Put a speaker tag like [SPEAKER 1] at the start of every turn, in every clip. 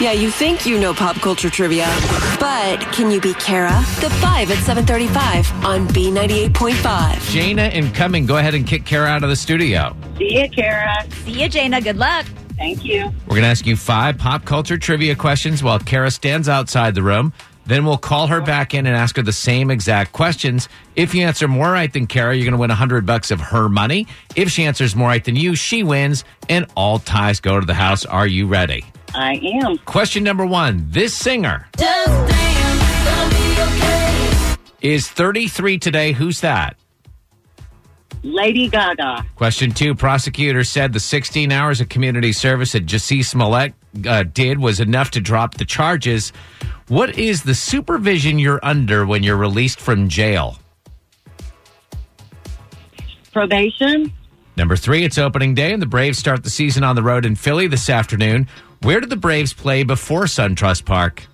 [SPEAKER 1] Yeah, you think you know pop culture trivia, but can you beat Kara? The 5 at 735 on B98.5.
[SPEAKER 2] Jana and Cumming, go ahead and kick Kara out of the studio.
[SPEAKER 3] See you, Kara.
[SPEAKER 4] See you, Jana. Good luck.
[SPEAKER 3] Thank you.
[SPEAKER 2] We're going to ask you five pop culture trivia questions while Kara stands outside the room. Then we'll call her back in and ask her the same exact questions. If you answer more right than Kara, you're going to win 100 bucks of her money. If she answers more right than you, she wins, and all ties go to the house. Are you ready?
[SPEAKER 3] I am.
[SPEAKER 2] Question number one This singer
[SPEAKER 4] Just dance. Gonna be okay.
[SPEAKER 2] is 33 today. Who's that?
[SPEAKER 3] Lady Gaga.
[SPEAKER 2] Question two Prosecutor said the 16 hours of community service that Jesse Smollett uh, did was enough to drop the charges. What is the supervision you're under when you're released from jail?
[SPEAKER 3] Probation.
[SPEAKER 2] Number three, it's opening day, and the Braves start the season on the road in Philly this afternoon. Where did the Braves play before SunTrust Park?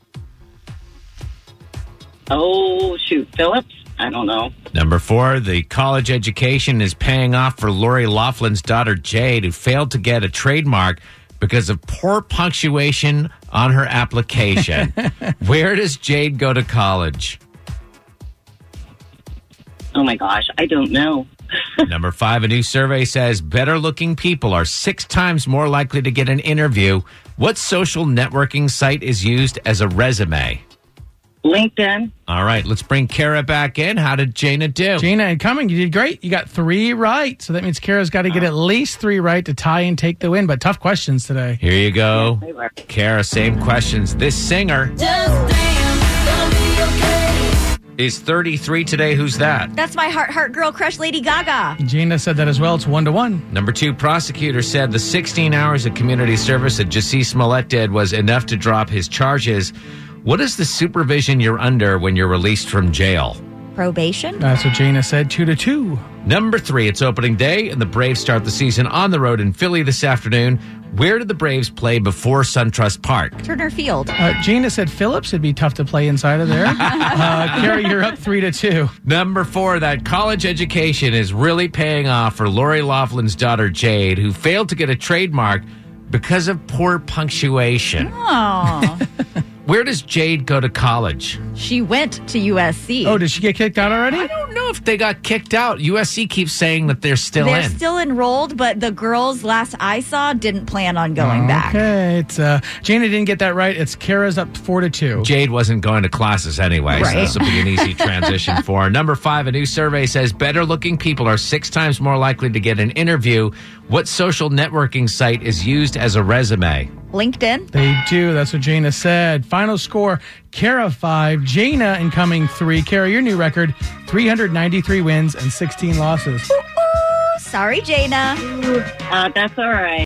[SPEAKER 3] Oh, shoot. Phillips? I don't know.
[SPEAKER 2] Number four, the college education is paying off for Lori Laughlin's daughter Jade, who failed to get a trademark because of poor punctuation on her application. Where does Jade go to college?
[SPEAKER 3] Oh, my gosh. I don't know.
[SPEAKER 2] Number five, a new survey says better looking people are six times more likely to get an interview. What social networking site is used as a resume?
[SPEAKER 3] LinkedIn.
[SPEAKER 2] All right, let's bring Kara back in. How did Jana do?
[SPEAKER 5] Gina and Cumming, you did great. You got three right. So that means Kara's got to get at least three right to tie and take the win. But tough questions today.
[SPEAKER 2] Here you go.
[SPEAKER 3] They were.
[SPEAKER 2] Kara, same questions. This singer
[SPEAKER 4] Just dance. Gonna be okay.
[SPEAKER 2] is 33 today. Who's that?
[SPEAKER 4] That's my heart, heart girl crush, Lady Gaga.
[SPEAKER 5] Gina said that as well. It's one to one.
[SPEAKER 2] Number two, prosecutor said the 16 hours of community service that Jesse Smollett did was enough to drop his charges. What is the supervision you're under when you're released from jail?
[SPEAKER 4] Probation.
[SPEAKER 5] That's what Uh, Gina said. Two to two.
[SPEAKER 2] Number three, it's opening day, and the Braves start the season on the road in Philly this afternoon. Where did the Braves play before SunTrust Park?
[SPEAKER 4] Turner Field.
[SPEAKER 5] Uh, Gina said Phillips would be tough to play inside of there. uh, Kara, you're up three to two.
[SPEAKER 2] Number four, that college education is really paying off for Lori Laughlin's daughter Jade, who failed to get a trademark because of poor punctuation.
[SPEAKER 4] Oh,
[SPEAKER 2] Where does Jade go to college?
[SPEAKER 4] she went to USC.
[SPEAKER 5] Oh, did she get kicked out already?
[SPEAKER 2] I don't know if they got kicked out. USC keeps saying that they're still
[SPEAKER 4] They're
[SPEAKER 2] in.
[SPEAKER 4] still enrolled, but the girls last I saw didn't plan on going back.
[SPEAKER 5] Oh, Okay, it's uh, Gina didn't get that right. It's Kara's up four to two.
[SPEAKER 2] Jade wasn't going to classes anyway, so
[SPEAKER 4] Right.
[SPEAKER 2] this will be an easy transition for her. Number five, a new survey says better looking people are six times more likely to get an interview. What social networking site is used as a resume?
[SPEAKER 4] LinkedIn.
[SPEAKER 5] They do. That's what Jana said. Final score Kara 5, Jana incoming 3. Kara, your new record 393 wins and 16 losses.
[SPEAKER 4] Oh, Sorry, Jana.
[SPEAKER 3] Uh, that's all right.